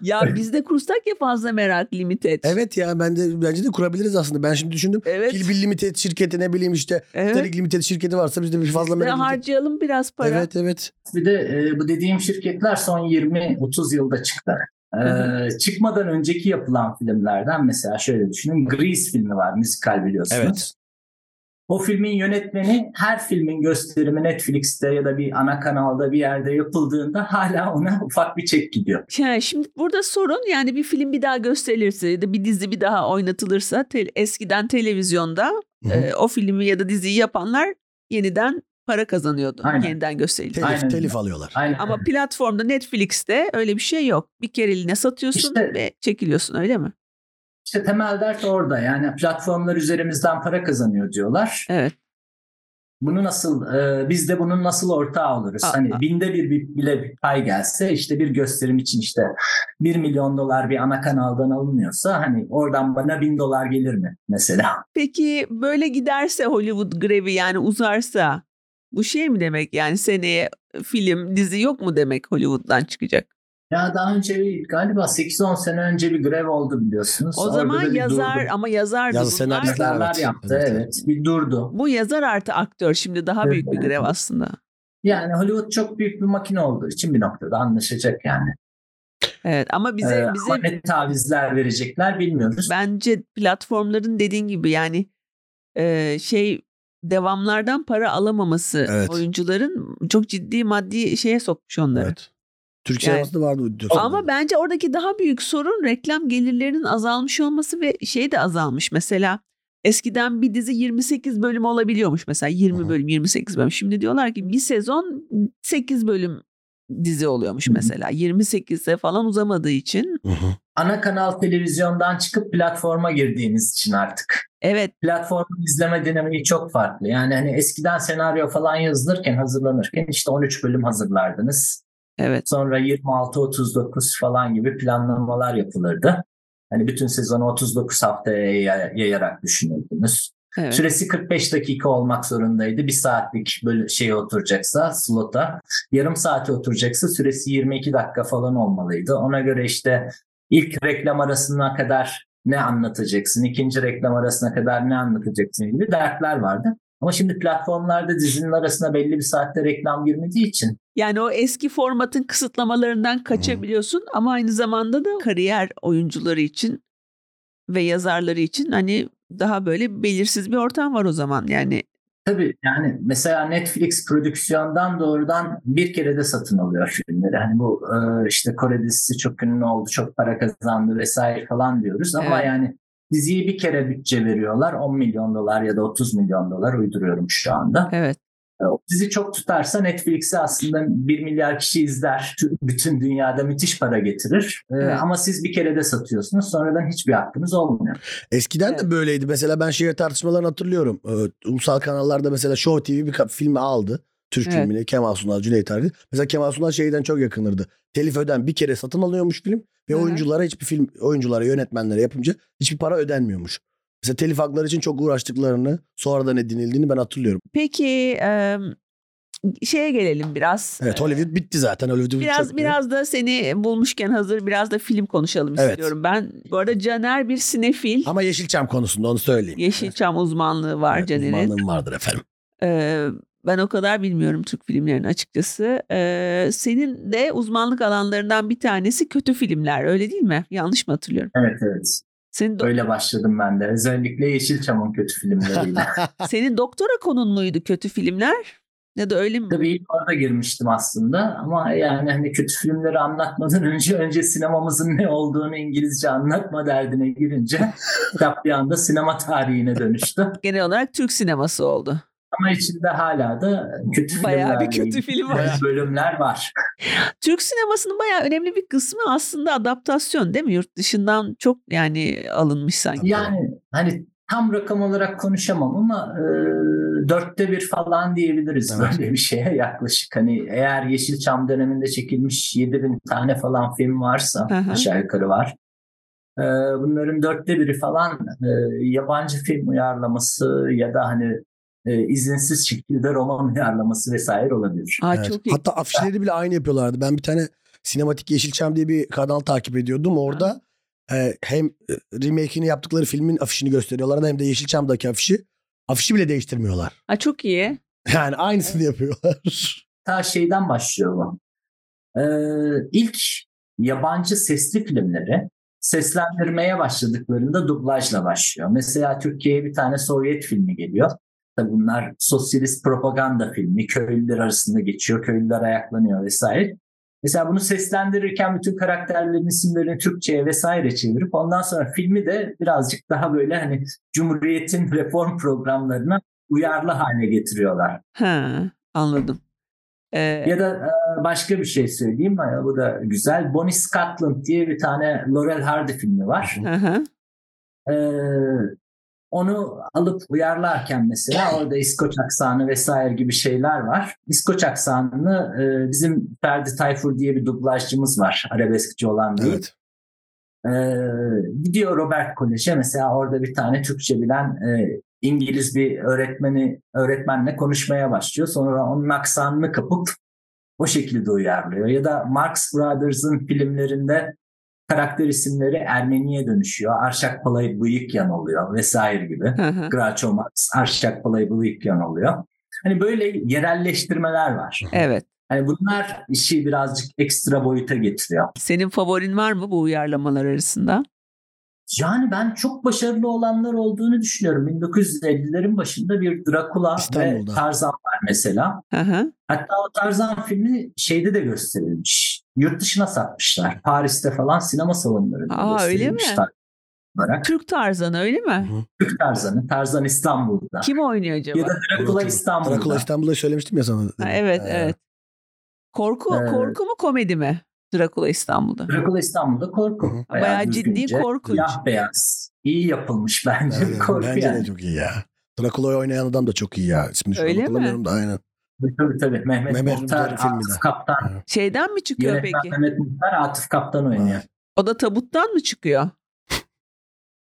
ya bizde kursak ya fazla merak limited.
Evet ya ben de bence de kurabiliriz aslında. Ben şimdi düşündüm.
Evet.
Kill Bill Limited şirketi ne bileyim işte.
evet.
Üstelik Limited şirketi varsa bizde bir fazla
Ve
merak Limited-
harcayalım biraz para.
Evet evet.
Bir de e, bu dediğim şirketler son 20-30 yılda çıktı. E,
Hı
çıkmadan önceki yapılan filmlerden mesela şöyle düşünün. Grease filmi var müzikal biliyorsunuz.
Evet.
O filmin yönetmeni her filmin gösterimi Netflix'te ya da bir ana kanalda bir yerde yapıldığında hala ona ufak bir çek gidiyor.
Ya şimdi burada sorun yani bir film bir daha gösterilirse ya da bir dizi bir daha oynatılırsa te- eskiden televizyonda
Hı hı.
e, o filmi ya da diziyi yapanlar yeniden para kazanıyordu.
Aynen.
Yeniden gösterildi.
Telif,
Aynen.
telif alıyorlar.
Aynen.
Ama platformda Netflix'te öyle bir şey yok. Bir kereliğine satıyorsun
İşte-
ve çekiliyorsun öyle mi?
İşte temel dert orada. Yani platformlar üzerimizden para kazanıyor diyorlar.
Evet.
Bunu nasıl, e, biz de bunun nasıl ortağı oluruz?
Aa,
hani
aa.
binde bir, bir- bile bir pay gelse işte bir gösterim için işte 1 milyon dolar bir ana kanaldan alınıyorsa hani oradan bana bin dolar gelir mi mesela?
Peki böyle giderse Hollywood grevi yani uzarsa bu şey mi demek yani seneye e, film dizi yok mu demek Hollywood'dan çıkacak?
Ya daha önce bir, galiba 8-10 sene önce bir grev oldu biliyorsunuz.
O
Orada
zaman
da bir
yazar
durdu.
ama yazar
Yazı
bunlar.
senaristler-
yazarlar
Evet,
yaptı
evet,
evet,
evet.
bir durdu.
Bu yazar artı aktör şimdi daha
Evet,
büyük bir
evet.
grev aslında.
Yani Hollywood çok büyük bir makine olduğu için bir noktada anlaşacak yani.
Evet ama bize
Ee,
bize
ama ne tavizler verecekler bilmiyoruz.
bence platformların dediğin gibi yani e, şey devamlardan para alamaması
Evet.
oyuncuların çok ciddi maddi şeye sokmuş onları.
Evet. Türk
Yani-
sinemasında vardı. diyorsun.
Ama bence oradaki daha büyük sorun reklam gelirlerinin azalmış olması ve şey de azalmış. Mesela eskiden bir dizi 28 bölüm olabiliyormuş mesela
Hı hı.
20 bölüm 28 bölüm. Şimdi diyorlar ki bir sezon 8 bölüm dizi oluyormuş
Hı hı.
mesela. 28'e falan uzamadığı için.
Hı hı.
Ana kanal televizyondan çıkıp platforma girdiğiniz için artık.
Evet
Platformun izleme dinamiği çok farklı. Yani hani eskiden senaryo falan yazılırken, hazırlanırken işte 13 bölüm hazırlardınız.
evet.
Sonra 26-39 falan gibi planlamalar yapılırdı. Hani bütün sezonu 39 haftaya yay- yayarak düşünürdünüz.
evet.
Süresi 45 dakika olmak zorundaydı. Bir saatlik böyle şeye oturacaksa slota. Yarım saate oturacaksa süresi 22 dakika falan olmalıydı. Ona göre işte ilk reklam arasına kadar ne anlatacaksın, ikinci reklam arasına kadar ne anlatacaksın gibi dertler vardı. Ama şimdi platformlarda dizinin arasına belli bir saatte reklam girmediği için
Yani o eski formatın kısıtlamalarından kaçabiliyorsun ama aynı zamanda da kariyer oyuncuları için ve yazarları için hani daha böyle belirsiz bir ortam var o zaman. Yani
Tabii yani mesela Netflix prodüksiyondan doğrudan bir kere de satın alıyor filmleri. Hani bu e, işte Kore dizisi çok ünlü oldu, çok para kazandı vesaire falan diyoruz. Ama
Evet.
yani diziyi bir kere bütçe veriyorlar. 10 milyon dolar ya da 30 milyon dolar uyduruyorum şu anda.
evet.
E, o dizi çok tutarsa Netflix'i aslında 1 milyar kişi izler. Tü- Bütün dünyada müthiş para getirir. E,
Evet.
Ama siz bir kere de satıyorsunuz. Sonradan hiçbir hakkınız olmuyor.
Eskiden de
Evet.
böyleydi. Mesela ben şehir tartışmalarını hatırlıyorum. Ee, ulusal kanallarda mesela Show TV bir ka- filmi aldı. Türk
Evet.
filmini Kemal Sunal, Cüneyt Arkın. Mesela Kemal Sunal şeyden çok yakınırdı. Telif öden bir kere satın alıyormuş film ve
Hı hı.
oyunculara hiçbir film oyunculara, yönetmenlere yapınca hiçbir para ödenmiyormuş. Mesela telif hakları için çok uğraştıklarını, sonradan edinildiğini ben hatırlıyorum.
Peki e, şeye gelelim biraz.
Evet, Hollywood bitti zaten. Hollywood
Biraz
çok-
biraz da seni bulmuşken hazır biraz da film konuşalım
Evet.
istiyorum ben. Bu arada Caner bir sinefil.
Ama Yeşilçam konusunda onu söyleyeyim.
Yeşilçam uzmanlığı var
Evet,
Caner'in.
uzmanlığım vardır efendim.
Ee, Ben o kadar bilmiyorum Türk filmlerini açıkçası. Ee, senin de uzmanlık alanlarından bir tanesi kötü filmler öyle değil mi? Yanlış mı hatırlıyorum?
Evet evet.
Senin, do-
Öyle başladım ben de. Özellikle Yeşilçam'ın kötü filmleriyle.
senin doktora konun muydu kötü filmler? Ya da öyle mi?
Tabii ilk orada girmiştim aslında ama yani hani kötü filmleri anlatmadan önce önce sinemamızın ne olduğunu İngilizce anlatma derdine girince kitap bir anda sinema tarihine dönüştü.
Genel olarak Türk sineması oldu.
Ama içinde hala da kötü
Bayağı bir
filmlerle
kötü
ilgili
film var.
bölümler var.
Türk sinemasının bayağı önemli bir kısmı aslında adaptasyon değil mi? Yurt dışından çok yani alınmış sanki.
Yani hani tam rakam olarak konuşamam ama e, dörtte bir falan diyebiliriz
Evet.
böyle bir şeye yaklaşık. Hani eğer Yeşilçam döneminde çekilmiş 7000 tane falan film varsa
Hı hı.
aşağı yukarı var. E, bunların dörtte biri falan e, yabancı film uyarlaması ya da hani e, izinsiz şekilde roman uyarlaması vesaire olabilir.
Aa,
Evet.
çok iyi.
Hatta afişleri bile aynı yapıyorlardı. Ben bir tane Sinematik Yeşilçam diye bir kanal takip ediyordum. Orada e, hem e, remake'ini yaptıkları filmin afişini gösteriyorlardı hem de Yeşilçam'daki afişi. Afişi bile değiştirmiyorlar.
Aa, çok iyi.
Yani aynısını yapıyorlar.
ta şeyden başlıyor bu. Ee, ilk yabancı sesli filmleri seslendirmeye başladıklarında dublajla başlıyor. Mesela Türkiye'ye bir tane Sovyet filmi geliyor. Tabii bunlar sosyalist propaganda filmi. Köylüler arasında geçiyor. Köylüler ayaklanıyor vesaire. Mesela bunu seslendirirken bütün karakterlerin isimlerini Türkçe'ye vesaire çevirip ondan sonra filmi de birazcık daha böyle hani Cumhuriyet'in reform programlarına uyarlı hale getiriyorlar.
Ha, anladım. Ee,
Ya da e, başka bir şey söyleyeyim mi? Bu da güzel. Bonnie Scotland diye bir tane Laurel Hardy filmi var.
hı hı.
E, onu alıp uyarlarken mesela orada İskoç aksanı vesaire gibi şeyler var. İskoç aksanını e, bizim Ferdi Tayfur diye bir dublajcımız var. Arabeskçi olan değil.
evet.
Ee, gidiyor Robert Kolej'e mesela orada bir tane Türkçe bilen e, İngiliz bir öğretmeni öğretmenle konuşmaya başlıyor. Sonra onun aksanını kapıp o şekilde uyarlıyor. Ya da Marx Brothers'ın filmlerinde karakter isimleri Ermeniye dönüşüyor. Arşak Palay Bıyıkyan oluyor vesaire gibi.
Hı hı.
Groucho Marx, Arşak Palay Bıyıkyan oluyor. Hani böyle yerelleştirmeler var.
Evet.
Hani bunlar işi birazcık ekstra boyuta getiriyor.
Senin favorin var mı bu uyarlamalar arasında?
Yani ben çok başarılı olanlar olduğunu düşünüyorum. 1950'lerin başında bir Drakula ve
İstanbul'da.
Tarzan var mesela.
Hı hı.
Hatta o Tarzan filmi şeyde de gösterilmiş. Yurt dışına satmışlar. Paris'te falan sinema salonlarında
Aa, öyle
gösterilmiş
mi?
Tarzan olarak.
Türk Tarzan'ı öyle mi?
Türk Tarzan'ı, Tarzan İstanbul'da.
Kim oynuyor acaba?
Ya da Drakula
Drakula.
İstanbul'da.
Drakula İstanbul'da söylemiştim ya sana.
Ha, evet,
Ee,
evet. Korku
Ee,
korku mu komedi mi? Drakula İstanbul'da.
Drakula İstanbul'da korku.
Hı hı.
Bayağı ciddi
düzgünce,
korkunç.
Siyah beyaz. İyi yapılmış bence
evet,
korku
Bence
yani.
de çok iyi ya. Drakula'yı oynayan adam da çok iyi ya. İsmini şu an
Öyle mi?
hatırlamıyorum da aynen.
Tabii tabii. Mehmet,
Mehmet
Muhtar,
Muhtar'ın filmi de.
Atıf Kaptan.
Şeyden mi çıkıyor
Yönetmen
peki?
Mehmet Muhtar, Atıf Kaptan oynuyor.
O da tabuttan mı çıkıyor?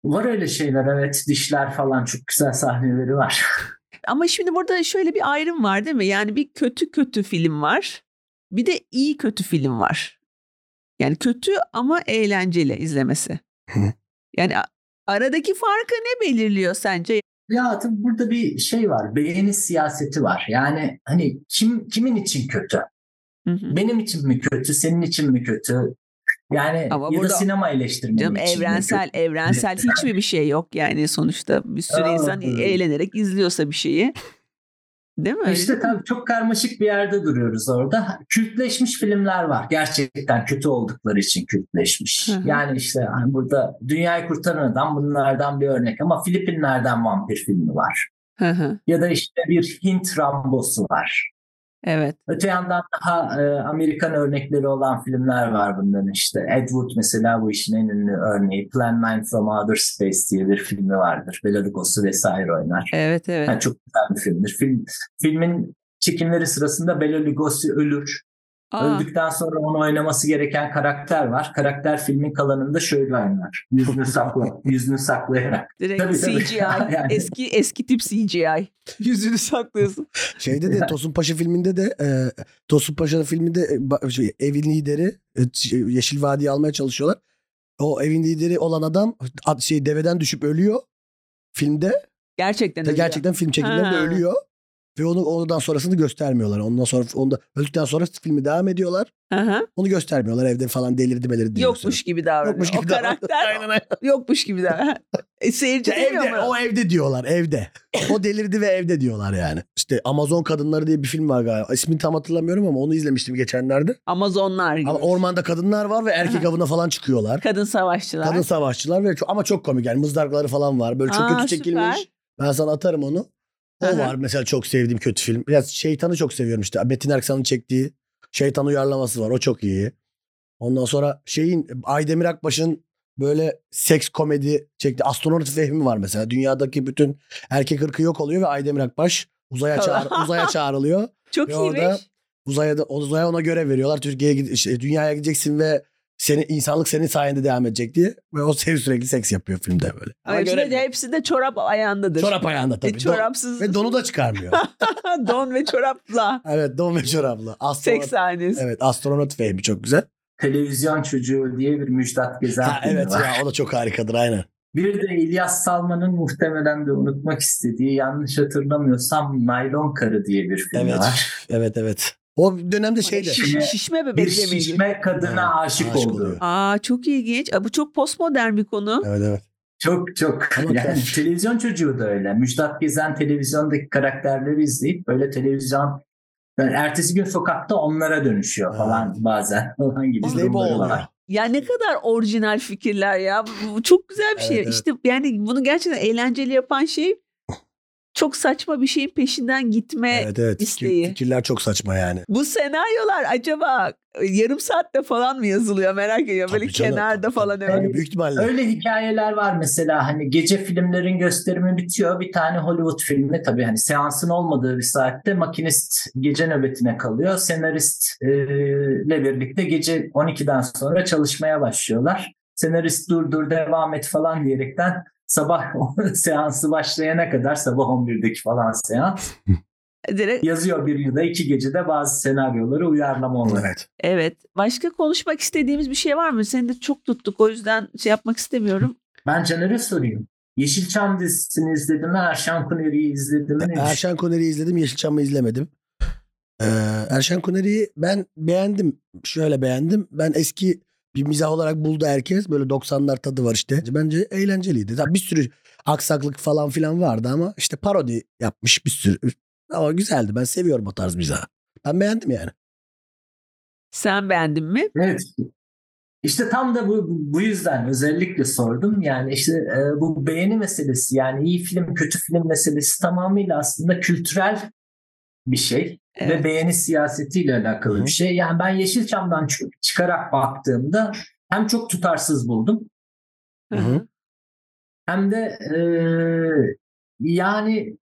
Var öyle şeyler evet dişler falan çok güzel sahneleri var.
Ama şimdi burada şöyle bir ayrım var değil mi? Yani bir kötü kötü film var. Bir de iyi kötü film var. Yani kötü ama eğlenceli izlemesi.
Hı.
yani a- aradaki farkı ne belirliyor sence?
ya tabii burada bir şey var beğeni siyaseti var yani hani kim kimin için kötü?
Hı hı.
Benim için mi kötü senin için mi kötü? Yani
Ama
ya
burada-
da sinema eleştirmeni
Canım
için mi
evrensel evrensel hiçbir bir şey yok yani sonuçta bir sürü
Aa,
insan
evet.
eğlenerek izliyorsa bir şeyi. Değil mi?
kötü? İşte tabii çok karmaşık bir yerde duruyoruz orada. Kültleşmiş filmler var. Gerçekten kötü oldukları için kültleşmiş.
Hı hı.
Yani işte hani burada Dünyayı Kurtaran Adam bunlardan bir örnek ama Filipinler'den vampir filmi var.
Hı hı.
ya da işte bir Hint Rambosu var.
evet.
Öte yandan daha e, Amerikan örnekleri olan filmler var bunların işte. Ed Wood mesela bu işin en ünlü örneği. Plan 9 from Outer Space diye bir filmi vardır. Belarus'u vesaire oynar.
Evet evet.
Yani çok güzel bir filmdir. Film, filmin çekimleri sırasında Bela Lugosi ölür.
Aa,
Öldükten sonra onu oynaması gereken karakter var. Karakter filmin kalanında şöyle oynar. Yüzünü sakla, yüzünü saklayarak.
direkt
Tabii, tabii.
CGI.
Yani.
Eski eski tip CGI. Yüzünü saklıyorsun.
Şeyde de
Ya.
Tosun Paşa filminde de e, Tosun Paşa filminde e, ba- şey, evin lideri e, ç- Yeşil Vadi'yi almaya çalışıyorlar. O evin lideri olan adam at- şey deveden düşüp ölüyor. Filmde
Gerçekten.
de
öyle.
gerçekten film çekimlerinde
Ha.
ölüyor. Ve onu ondan sonrasını göstermiyorlar. Ondan sonra onda öldükten sonra filmi devam ediyorlar.
Aha.
Onu göstermiyorlar. Evde falan delirdi belirdi. diyor
Yokmuş gibi davranıyor.
Yokmuş gibi
o
davranıyor.
karakter
Aynen, aynen.
yokmuş gibi davranıyor. e, seyirci
Ya
demiyor
evde,
mu?
o evde diyorlar evde. O delirdi ve evde diyorlar yani. İşte Amazon Kadınları diye bir film var galiba. İsmini tam hatırlamıyorum ama onu izlemiştim geçenlerde.
Amazonlar gibi.
Ama ormanda kadınlar var ve erkek
Aha.
avına falan çıkıyorlar.
Kadın savaşçılar.
Kadın savaşçılar ve ço- ama çok komik yani mızrakları falan var. Böyle çok
Aa,
kötü çekilmiş.
süper.
Ben sana atarım onu. O
Aha.
var mesela çok sevdiğim kötü film. Biraz şeytanı çok seviyorum işte. Metin Erksan'ın çektiği şeytan uyarlaması var. O çok iyi. Ondan sonra şeyin Aydemir Akbaş'ın böyle seks komedi çekti. Astronot Fehmi var mesela. Dünyadaki bütün erkek ırkı yok oluyor ve Aydemir Akbaş uzaya, çağır, uzaya çağrılıyor.
Çok
Ve
iyiymiş.
orada Uzaya, da, uzaya ona görev veriyorlar. Türkiye'ye gid- işte dünyaya gideceksin ve seni insanlık senin sayende devam edecek diye. Ve o sev sürekli seks yapıyor filmde böyle.
Ama hepsi de, hepsi de çorap ayağındadır.
Çorap ayağında tabii.
E, çorapsız.
Don- ve donu da çıkarmıyor.
Don ve çorapla.
Evet Don ve çoraplı. Astronot,
Seks sahnesi.
evet astronot Fehmi çok güzel.
Televizyon çocuğu diye bir Müjdat Gezen
Ha,
filmi
evet
var.
ya o da çok harikadır aynen.
Bir de İlyas Salman'ın muhtemelen de unutmak istediği yanlış hatırlamıyorsam Naylon Karı diye bir film
Evet.
var.
Evet evet. Şey O dönemde şeydi.
Şiş- şişme
Bir
bebekle mi ilgili?
şişme kadına
Ha,
aşık,
aşık
oldu.
oluyor.
Aa çok ilginç. Aa, bu çok postmodern bir konu.
Evet evet.
Çok çok.
Ama
Yani
çok-
televizyon çocuğu da öyle. Müjdat Gezen televizyondaki karakterleri izleyip böyle televizyon yani ertesi gün sokakta onlara dönüşüyor falan bazen falan gibi
İzleyip o
durumları
oluyor.
var.
Ya ne kadar orijinal fikirler ya. Bu, bu çok güzel bir şey.
Evet, evet.
İşte yani bunu gerçekten eğlenceli yapan şey çok saçma bir şeyin peşinden gitme.
Evet evet.
isteği.
Fikirler çok saçma yani.
Bu senaryolar acaba yarım saatte falan mı yazılıyor merak ediyorum. Böyle
Tabii canım,
kenarda
tabii,
falan
tabii.
öyle.
Büyük ihtimalle.
Öyle hikayeler var mesela hani gece filmlerin gösterimi bitiyor. Bir tane Hollywood filmi tabii hani seansın olmadığı bir saatte makinist gece nöbetine kalıyor. Senaristle birlikte gece 12'den sonra çalışmaya başlıyorlar. Senarist dur dur devam et falan diyerekten sabah seansı başlayana kadar sabah 11'deki falan seans
Direkt,
yazıyor bir ya da iki gecede bazı senaryoları uyarlama olarak.
Evet.
evet. Başka konuşmak istediğimiz bir şey var mı? Seni de çok tuttuk o yüzden şey yapmak istemiyorum.
Ben Caner'e sorayım. Yeşilçam dizisini izledim mi? Erşan Kuneri'yi izledim mi?
Erşen Kuneri'yi izledim. Yeşilçam'ı izlemedim. Ee, Erşen Kuneri'yi ben beğendim. Şöyle beğendim. Ben eski bir mizah olarak buldu herkes. Böyle 90'lar tadı var işte. Bence eğlenceliydi. Tabii bir sürü aksaklık falan filan vardı ama işte parodi yapmış bir sürü. Ama güzeldi. Ben seviyorum o tarz mizahı. Ben beğendim yani.
Sen beğendin mi?
Evet. İşte tam da bu bu yüzden özellikle sordum. Yani işte e, bu beğeni meselesi yani iyi film kötü film meselesi tamamıyla aslında kültürel bir şey ve
Evet.
beğeni siyasetiyle alakalı
Hı hı.
bir şey. Yani ben Yeşilçam'dan çık- çıkarak baktığımda hem çok tutarsız buldum
Hı hı.
hem de e, yani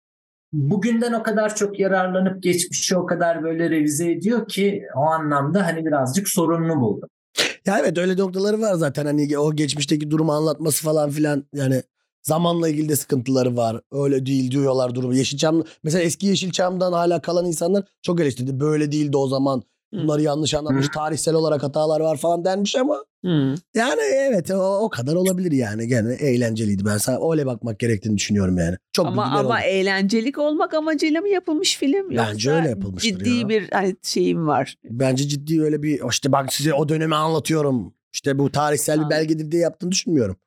bugünden o kadar çok yararlanıp geçmişi o kadar böyle revize ediyor ki o anlamda hani birazcık sorunlu buldum.
Ya evet öyle noktaları var zaten. Hani o geçmişteki durumu anlatması falan filan. Yani zamanla ilgili de sıkıntıları var. Öyle değil diyorlar durumu. Yeşilçam mesela eski Yeşilçam'dan hala kalan insanlar çok eleştirdi. Böyle değildi o zaman. Bunları yanlış anlamış. Tarihsel olarak hatalar var falan denmiş ama
Hı.
yani evet o, o kadar olabilir yani. Gene eğlenceliydi. Ben sana öyle bakmak gerektiğini düşünüyorum yani. Çok
Ama
bilgiler
ama e-
oldu.
eğlencelik olmak amacıyla mı yapılmış film?
Bence
Yoksa
öyle yapılmıştır
Ciddi
ya.
bir hani, şeyim var.
Bence ciddi öyle bir "Oh, işte bak size o dönemi anlatıyorum. İşte bu tarihsel bir
Anladım.
belgedir diye yaptığını düşünmüyorum.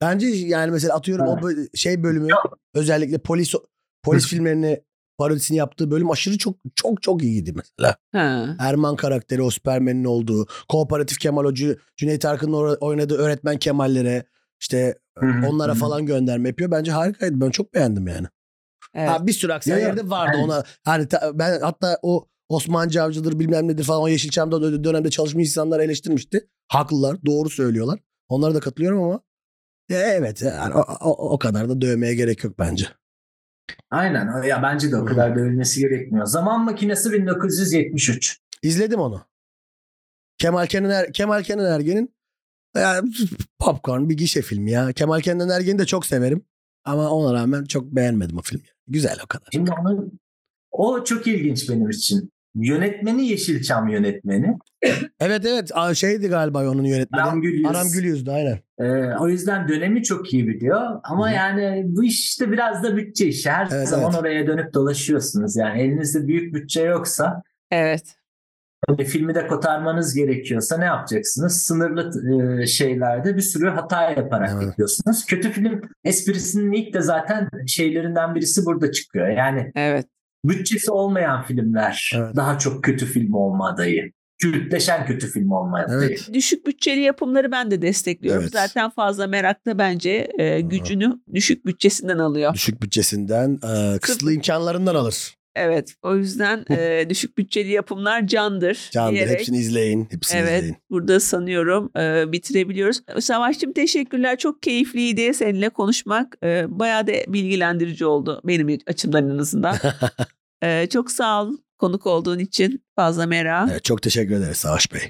Bence yani mesela atıyorum o bö- şey bölümü özellikle polis polis filmlerini parodisini yaptığı bölüm aşırı çok çok çok iyiydi mesela.
Ha.
Erman karakteri o Süpermen'in olduğu, kooperatif Kemal Hoca, Cüneyt Arkın'ın or- oynadığı öğretmen Kemal'lere işte
Hı hı,
onlara
hı hı.
falan gönderme yapıyor. Bence harikaydı. Ben çok beğendim yani.
Evet.
Ha, bir sürü aksiyon
Ya, ya.
yerde vardı
Evet.
ona. Hani ta- ben hatta o Osmancı avcıdır bilmem nedir falan o Yeşilçam'da dö- dönemde çalışmış insanlar eleştirmişti. Haklılar. Doğru söylüyorlar. Onlara da katılıyorum ama ya evet yani o, o- o kadar da dövmeye gerek yok bence.
Aynen. Ya bence de o kadar dövülmesi gerekmiyor. Zaman makinesi 1973.
İzledim onu. Kemal Kenan Er- Kemal Kenan Ergen'in yani popcorn bir gişe filmi ya. Kemal Kenan Ergen'i de çok severim ama ona rağmen çok beğenmedim o filmi. Güzel o kadar.
Şimdi onun o çok ilginç benim için. Yönetmeni Yeşilçam yönetmeni.
Evet evet Aa, şeydi galiba onun yönetmeni.
Aram Gülyüz.
Aram Gül yüzdü aynen.
Ee, o yüzden dönemi çok iyi biliyor. Ama
Hı.
yani bu işte biraz da bütçe işi. Her
Evet,
zaman
evet.
oraya dönüp dolaşıyorsunuz. Yani elinizde büyük bütçe yoksa
Evet.
hani filmi de kotarmanız gerekiyorsa ne yapacaksınız? Sınırlı e, şeylerde bir sürü hata yaparak
Evet.
yapıyorsunuz. Kötü film esprisinin ilk de zaten şeylerinden birisi burada çıkıyor. Yani
Evet.
bütçesi olmayan filmler
Evet.
daha çok kötü film olma adayı. Kültleşen kötü film olma adayı.
Evet.
Düşük bütçeli yapımları ben de destekliyorum.
Evet.
Zaten fazla merak da bence e, gücünü düşük bütçesinden alıyor.
Düşük bütçesinden, e, kısıtlı imkanlarından alır.
Evet. O yüzden e, düşük bütçeli yapımlar candır.
Candır
diyerek-
hepsini izleyin. Hepsini
Evet
izleyin.
burada sanıyorum e, bitirebiliyoruz. Savaşçım teşekkürler çok keyifliydi seninle konuşmak. E, bayağı da bilgilendirici oldu benim açımdan en azından. E, çok sağ ol konuk olduğun için fazla merak.
Evet, çok teşekkür ederiz Savaş Bey.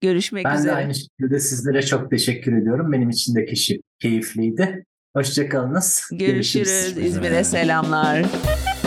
Görüşmek
Ben de
üzere.
aynı şekilde sizlere çok teşekkür ediyorum. Benim için de keyif- keyifliydi. Hoşçakalınız.
Görüşürüz. İzmir'e
Görüşürüz.
selamlar.